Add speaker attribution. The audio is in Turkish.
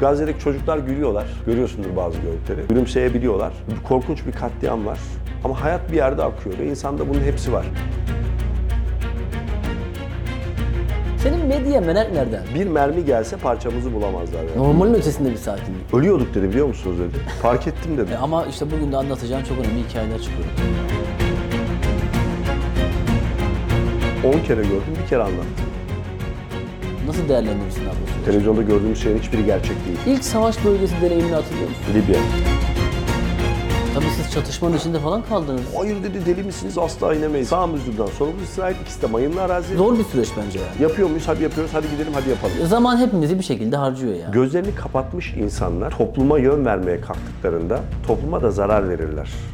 Speaker 1: Gazze'deki çocuklar gülüyorlar. Görüyorsundur bazı görüntüleri. Gülümseyebiliyorlar. Korkunç bir katliam var. Ama hayat bir yerde akıyor ve insanda bunun hepsi var.
Speaker 2: Senin medya merak nereden?
Speaker 1: Bir mermi gelse parçamızı bulamazlar. yani.
Speaker 2: Normalin ötesinde bir sakinlik.
Speaker 1: Ölüyorduk dedi biliyor musunuz dedi. Fark ettim dedi.
Speaker 2: E Ama işte bugün de anlatacağım çok önemli hikayeler çıkıyor.
Speaker 1: 10 kere gördüm bir kere anlattım.
Speaker 2: Nasıl değerlendirirsin abi? bu süreci?
Speaker 1: Televizyonda gördüğümüz şeyin hiçbiri gerçek değil.
Speaker 2: İlk savaş bölgesi deneyimini hatırlıyor musun?
Speaker 1: Libya.
Speaker 2: Tabii siz çatışmanın içinde falan kaldınız.
Speaker 1: Hayır dedi deli misiniz asla inemeyiz. Sağ müzdülden sorumlu İsrail ikisi de mayınlı arazi.
Speaker 2: Zor bir süreç bence yani. E,
Speaker 1: Yapıyor muyuz? Hadi yapıyoruz. Hadi gidelim. Hadi yapalım.
Speaker 2: Zaman hepimizi bir şekilde harcıyor yani.
Speaker 1: Gözlerini kapatmış insanlar topluma yön vermeye kalktıklarında topluma da zarar verirler.